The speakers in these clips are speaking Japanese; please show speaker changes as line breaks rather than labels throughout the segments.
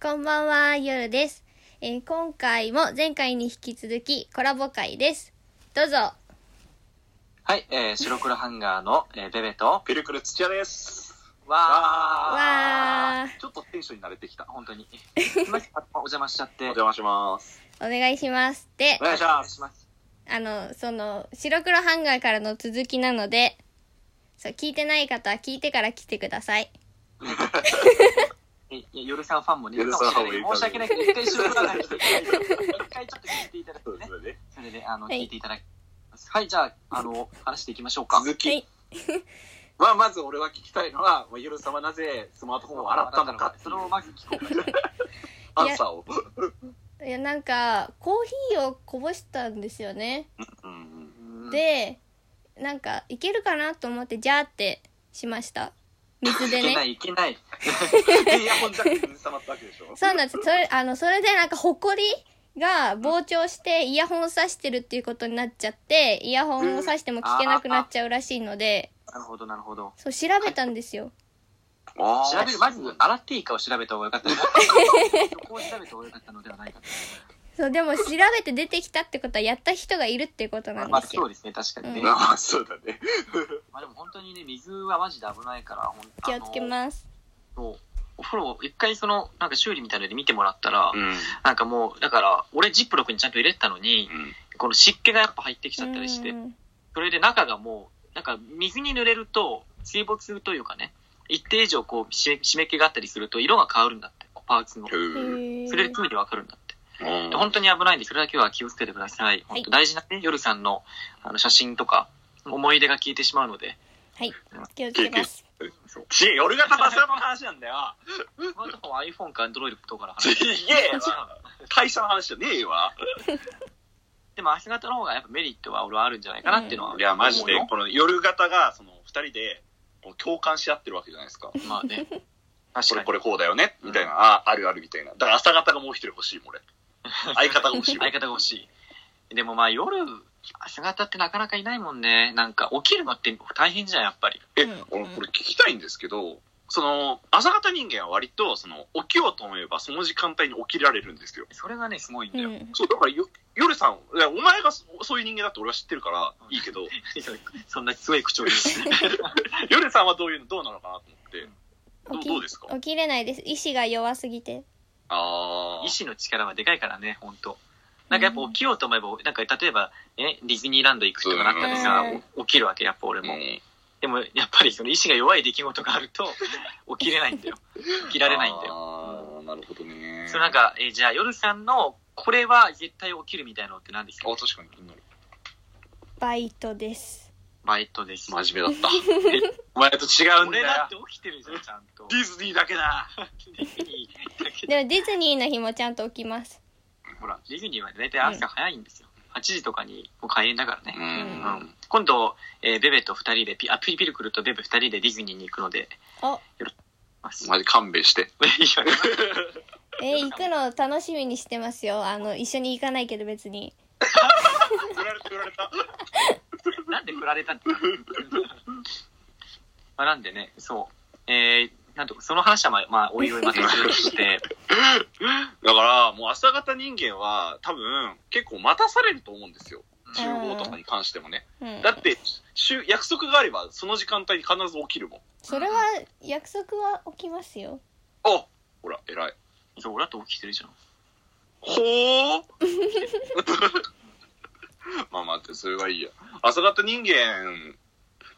こんばんは、夜です。えー今回も前回に引き続きコラボ会です。どうぞ。
はい、えー、白黒ハンガーの、えー、ベベと、
ピルクル土屋です。
わー
わー
ちょっとテンションに慣れてきた。
本当に。まずお邪魔しちゃっ
お
て。
邪魔します。
お願いします。で
お、願いします。
ます。
あの、その、白黒ハンガーからの続きなので、そう、聞いてない方は聞いてから来てください。
えいや夜さんファンもね、い
夜
るか
さ
もし
んファン
れ
も
ないい申し訳
る
ないけど、一回白黒ハンガー一回ちょっと聞いていただ
そ
く
うで
ね。
すね。
それで、あの、
はい
聞いていただきます。はい、じゃあ、あの、話していきましょうか。
続
は
き
い。
まあ、まず俺は聞きたいのは、まあ、ゆるさんはなぜスマートフォンを洗ったのかって
そ
い
れを
う
まず聞こうか。
アンサーを。
いや、なんか、コーヒーをこぼしたんですよね。
うん
で、なんか、いけるかなと思って、じゃーってしました。水で
いけな
ね。
い、いけない。
イヤホンジャックに挟まったわけでしょ。
そうなんです。それ、あの、それでなんか、ほこりが膨張して、イヤホンを挿してるっていうことになっちゃって、イヤホンを挿しても聞けなくなっちゃうらしいので、
なるほど、なるほど。
そう、調べたんですよ。
あ
調べる、まず、洗っていいかを調べた方がよ かった。そこを調べた方がよかったのではないかと。
そう、でも調べて出てきたってことは、やった人がいるっていうことなん
まあ、
です
そ
よ
う。ですね、確かにね。
うん
まあ、そうだね。
まあでも本当にね、水はマジで危ないから、ほん
気をつけ
す。
ます。
そうお風呂を一回その、なんか修理みたいので見てもらったら、
ん。
なんかもう、だから、俺ジップロックにちゃんと入れてたのに、この湿気がやっぱ入ってきちゃったりして、
うん
それで中がもう、なんか水に濡れると、水没というかね、一定以上こう、し湿気があったりすると、色が変わるんだって、パーツの。
うん。
それで常にわかるんだって。で本当に危ないんで、それだけは気をつけてください。
はい
本当大事なね、夜さんのあの写真とか、思い出が消えてしまうので、
はい、気をつけます。
ちえ、俺が高さの話なんだよ。
スマートフォン iPhone か Android とかの
ち
話。
げえわ。会社の話じゃねえわ。
でも、足型の方がやっぱメリットは俺はあるんじゃないかなっていうのは。
いや、マジで
思う、よ
この夜型が、その、二人で、こう共感し合ってるわけじゃないですか。
まあね。確
こ
か
れ
に。
これこうだよね、みたいな、ああ、あるあるみたいな。だから朝方がもう一人欲しいもん、俺。相方が欲しい。
相方が欲しい。でもまあ夜、足型ってなかなかいないもんね。なんか起きるのって大変じゃん、やっぱり。
え、
うん
俺これ聞きたいんですけど、その、朝方人間は割と、その、起きようと思えばその時間帯に起きられるんですよ。
それがね、すごいん
う
だよ。
ん。
そう、だからよ、夜さん、いやお前がそそういう人間だって俺は知ってるから、いいけど、
そんな強い口調で。
夜さんはどういうの、どうなのかなと思って。どう
起
どうですか
き起きれないです。意志が弱すぎて。
あ
意志の力はでかいからね、ほんと。なんかやっぱ起きようと思えば、なんか例えば、ね、ディズニーランド行くとかなったらさ
うん、
起きるわけ、やっぱ俺も。
ん。
でもやっぱりその意志が弱い出来事があると、 起きれないんだよ。起きられないんだよ。
よ。なるほどね。
それなん、か、えーじゃあ、夜さんの、これは絶対起きるみたいなのって何です
あ、
か
確かに気になる。
バイトです。
バイトです。
真面目 だった。お前と違うん
俺
だよ。
だって起きてるじゃん、ちゃんと。
ディズニーだけだ。
ディズニーだけど
でもディズニーの日もちゃんと起きます。
ほら、ディズニーは大体朝早いんですよ。8時とかにもう開園だからね。
ん
うん。今度、えーベベと2人でピ、あ、ピリピリくるとベベ2人でディズニーに行くので、
お、
ます。
マジ勘弁して。
えー行くの楽しみにしてますよ。あの、一緒に行かないけど別に。
振られた、振られた。
なんで振られたんだ まあなんでね、そう。えー、なんとか、その話はまあ、まあ、おいおいまたすると して、
だから、もう朝方人間は多分結構待たされると思うんですよ。集合とかに関してもね。
うん。
だって、しゅ約束があればその時間帯に必ず起きるもん。
それは、約束は起きますよ。
あほら、偉い。
そう、俺だと起きてるじゃん。
ほー まあまあ、それはいいや。朝方人間、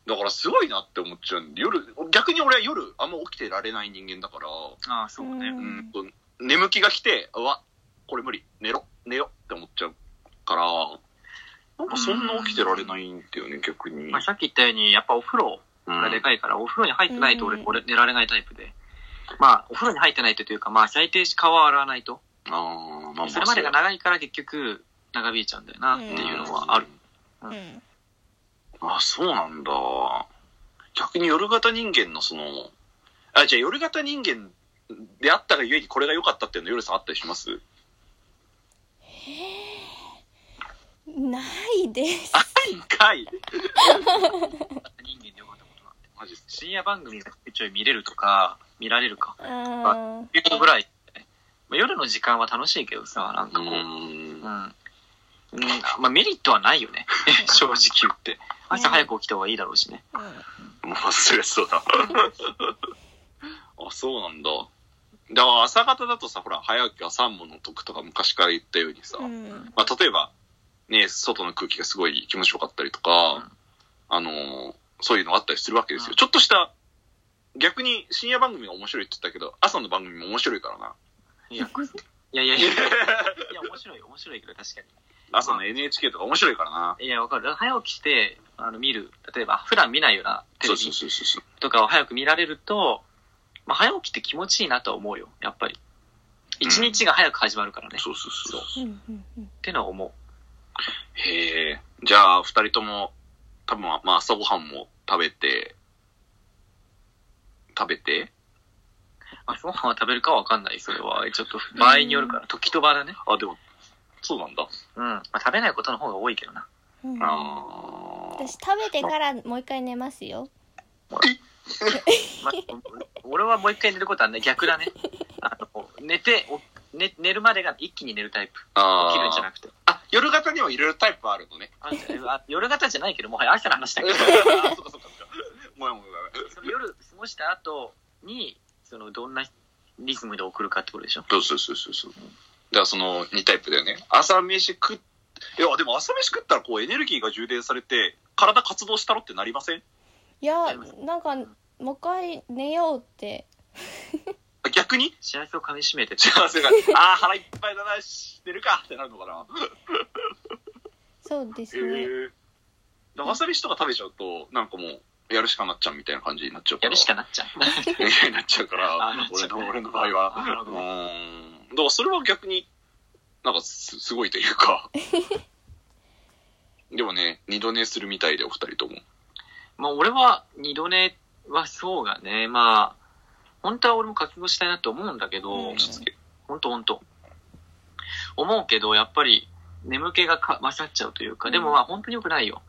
だからすごいなって思っちゃうんで、夜、逆に俺は夜あんま起きてられない人間だから、
ああ、そうね。
うん
うんと、眠気が来て、うわ、これ無理、寝ろ、寝よって思っちゃうから、なんかそんな起きてられないんだよね、逆に。
まあ、さっき言ったように、やっぱお風呂
うん
がでかいから、お風呂に入ってないと俺
うん
俺寝られないタイプで。まあ、お風呂に入ってないとというか、まあ、最低し顔は洗わないと。
あーまあまあ、
それまでが長いから結局、長引いちゃうんだよなっていうのはある。。
うん。
あ、そうなんだ。逆に夜型人間のその、あ、じゃあ夜型人間であったがゆえにこれが良かったっていうの夜さんあったりします
ないです。
いかい
人間でよかったことは。
マジっす
深夜番組がちょいちょい見れるとか、見られるか、
あー
いうぐらい。まあ、夜の時間は楽しいけどさ、なんかこう、うん、う
ん
んまあメリットはないよね。 正直言って。朝早く起きた方がいいだろうしね。
まあ、そりゃそうだ。あ、そうなんだ。だから朝方だとさ、ほら、早起きは三問の得とか昔から言ったようにさ、
うん
まあ、例えば、ね、外の空気がすごい気持ちよかったりとか、あのーそういうのがあったりするわけですよ。
うん
ちょっとした、逆に深夜番組が面白いって言ったけど、朝の番組も面白いか らな。
いや、いやいやいや、いや面白い、面白いけど確か
朝の NHK とか面白いからな。
に。いや、わかる。早起きして、あの、見る。例えば、普段見ないようなテレ
そうそう
ビ
そうそう。
とかを早く見られると、まあ、早起きって気持ちいいなとは思うよ。やっぱり。一日が早く始まるからね。
そうそうそう。
うんうんうん
ってのは思う。
へえ。じゃあ、二人とも、多分、まあ、朝ごはんも食べて、食べて
まあ、ご飯は食べるかはわかんない、それは。ちょっと、場合によるから、時と場だね。
あ、でも、そうなんだ。
うん。まあ、食べないことの方が多いけどな。
うん
あー
私食べてからもう一回寝ますよ
まあ、俺はもう一回寝ることはね、逆だね。あの、寝て、お寝寝るまでが一気に寝るタイプ。起きるんじゃ
あー
なくて。
あ、夜型にはいろいろタイプあるのね。
あんじゃないあ夜型じゃないけど、もはや朝の話だけど、
あそうかそうかそうか。もやもやだね。
その夜過ごした後に、その、どんなリズムで送るかってことでしょ。
そうそうそうそうそう。だからその2タイプだよね。朝飯食っ、いや、でも朝飯食ったらこうエネルギーが充電されて、体活動したろってなりません
いやなんかもう一回寝ようって
あ逆 に
幸せを噛み締めてて。
幸せが、ああ、腹いっぱいだな、し寝るかってなるのかな。
そうです
へ
ね、
え。だから朝飯とか食べちゃうと、なんかもう、やるしかなっちゃうみたいな感じになっちゃうか
や
ら。
るしかなっ ちゃう。
になっちゃうから
あなっ、ちゃ
俺
う
の、俺の場合は。
あなるほ
う
ど
ーん。だからそれは逆に、なんかす、すごいというか。でもね、二度寝するみたいで、お二人とも。
まあ、俺は二度寝はそうがね、まあ、本当は俺も覚悟したいなと思うんだけど、
うん
本当本当思うけど、やっぱり眠気がか勝っちゃうというか、でもまあ本当に良くないよ。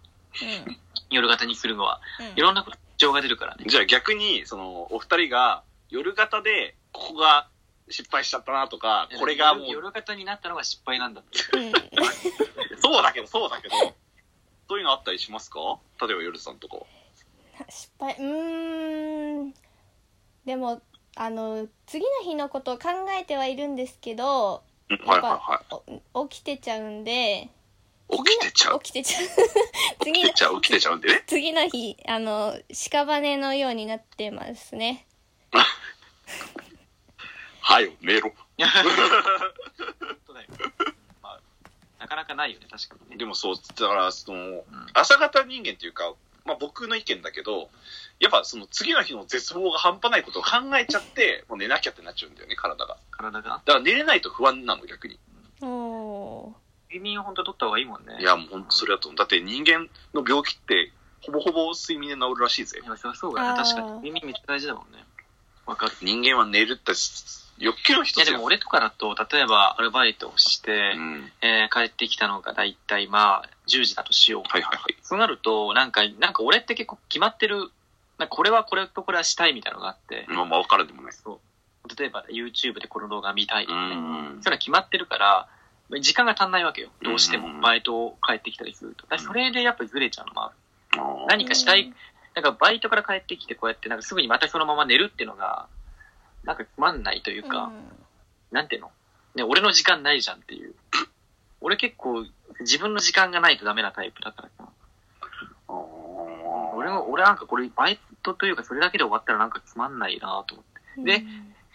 うん
夜型にするのは。
うん
いろんなこと、情が出るからね。
じゃあ逆に、その、お二人が、夜型で、ここが失敗しちゃったなとか、これがもう、
夜型になったのが失敗なんだって。
うん
そうだけど、そうだけど、そういうのあったりしますか例えば夜さんとか。
失敗うーんでもあの次の日のことを考えてはいるんですけど
うん
や
は
っ
いは
ぱお起きてちゃうんで
いはい。起きてちゃう。
起きてちゃう
起
次
き
の
てちゃう、起きてちゃうんでね。
次の日あの屍のようになってますね
はい、寝ろ。
本当だよ。 まあ、なかなかないよね、確かにね。
でもそう、だから、その、朝方人間っていうか、まあ僕の意見だけど、やっぱその次の日の絶望が半端ないことを考えちゃって、もう寝なきゃってなっちゃうんだよね、体が。
体が。
だから寝れないと不安なの、逆に。
おお
睡眠を本当取った方がいいもんね。
いや、もう本当それだと思う。だって人間の病気って、ほぼほぼ睡眠で治るらしいぜ
い。や、そりゃそうだね。確か
あー
に。耳めっちゃ大事だもんね。わかる。
人間は寝るって欲求の
い
一
や
つ
で
よ
も。俺とかだと、例えばアルバイトをして
う、ん。
えー帰ってきたのが大体まあ10時だとしよう。
はいはいはい。
そうなると、なんか、なんか俺って結構決まってる、なんかこれはこれとこれはしたいみたいなのがあって、
まあまあ分からんでもない。
そう。例えば YouTube でこの動画見たいと
う
かね。
ん
そういうのは決まってるから、時間が足んないわけよ。どうして
うん
も。バイトを帰ってきたりすると。だからそれでやっぱずれちゃうのもある。
あー
何かしたい、なんかバイトから帰ってきてこうやって、なんかすぐにまたそのまま寝るっていうのが、なんかつまんないというか、なんていうのね、俺の時間ないじゃんっていう。俺結構、自分の時間がないとダメなタイプだからさ。
あー
俺は、俺なんかこれ、バイトというかそれだけで終わったらなんかつまんないなと思って。で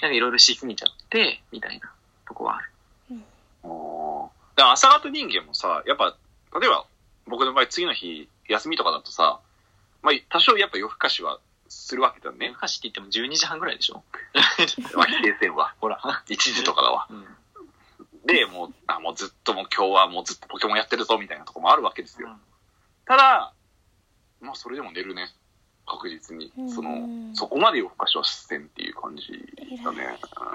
なんかいろいろしすぎちゃって、みたいなとこはある。
あーだから朝方人間もさ、やっぱ、例えば僕の場合次の日休みとかだとさ、まあ多少やっぱ夜更かしはするわけだ
ね、
ね。
昔って言っても12時半ぐらいでしょ
まあ、平成は。
ほら。
1時とかだわ。
うん。
で、もう、あ、もうずっともう今日はもうずっとポケモンやってるぞみたいなとこもあるわけですよ。ただ、まあそれでも寝るね。確実に。そ
うん
の、そこまで夜更かしはせんっていう感じだね。
だか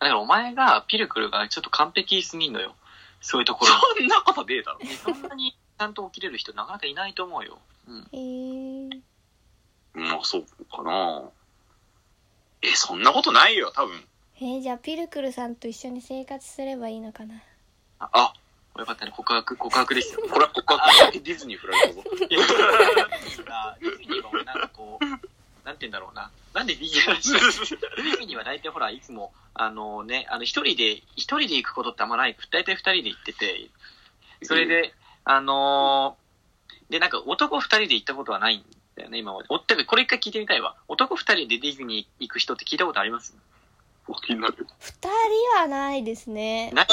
らお前が、ピルクルがちょっと完璧すぎんのよ。そういうところ。
そんなことねえだろ。
ねそんなにちゃんと起きれる人なかなかいないと思うよ。うん。
えー、
まあそうかな。え、そんなことないよ、多分。
ええー、じゃあピルクルさんと一緒に生活すればいいのかな
あ、
よかったね、告白、告白ですよ。
これは告白だけディズニー振られたぞ。
いやディズニーは俺なんかこう、なんて言うんだろうな。なんでディズニー話 ディズニーは大体ほら、いつも、あのね、あの、一人で、一人で行くことってあんまない。大体二人で行ってて、それで、あのーで、なんか男二人で行ったことはないんだよね、今まで。おってかこれ一回聞いてみたいわ。男二人でディズニー行く人って聞いたことあります
気になる。
二人はないですね
ない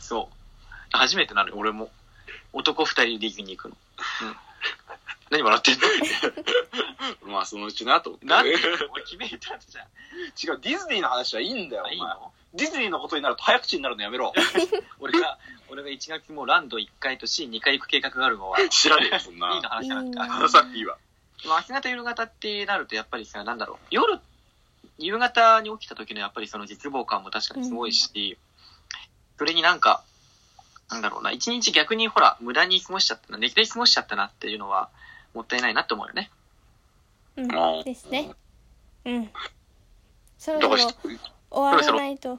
そう。初めてなのよ、俺も。男二人でディズニー行くの。うん。何笑ってんの
まあ、そのうちなと思って。
なんで
違う、
俺決めたんじゃん。
ディズニーの話はいいんだよ、
いい
お前。
の
ディズニーのことになると早口になるのやめろ。
俺が、俺が1月もランド1回と C2 回行く計画があるのは、いい
知らねえよ、そんな。
の話じゃなく
い
て。
いな
あ
話さなくていいわ。
でも明け方夕方ってなると、やっぱりさ、なんだろう、夜、夕方に起きた時のやっぱりその絶望感も確かにすごいし、それになんか、なんだろうな、一日逆にほら、無駄に過ごしちゃったな、寝て過ごしちゃったなっていうのは、もったいないなって思うよ ね。
うん
あー
ですねうんそろ
だ
そ
か
ろ
ら、
終わらないと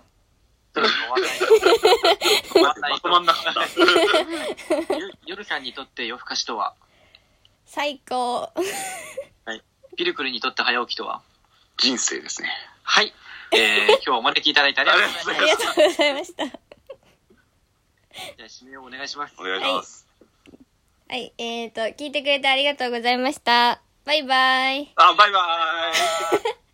それでも終わらない
待って まとまんなかった。
夜夜さんにとって夜更かしとは、
最高
ピルクルにとって早起きとは。
人生ですね。
はい。えー、今日はお招きいただいてありがとうございま
あ
す
りがとうございました
じゃあ締めをお願いします。
お願いします。
はいえー、と聞いてくれてありがとうございましたバイバイ
あ、バイバーイ。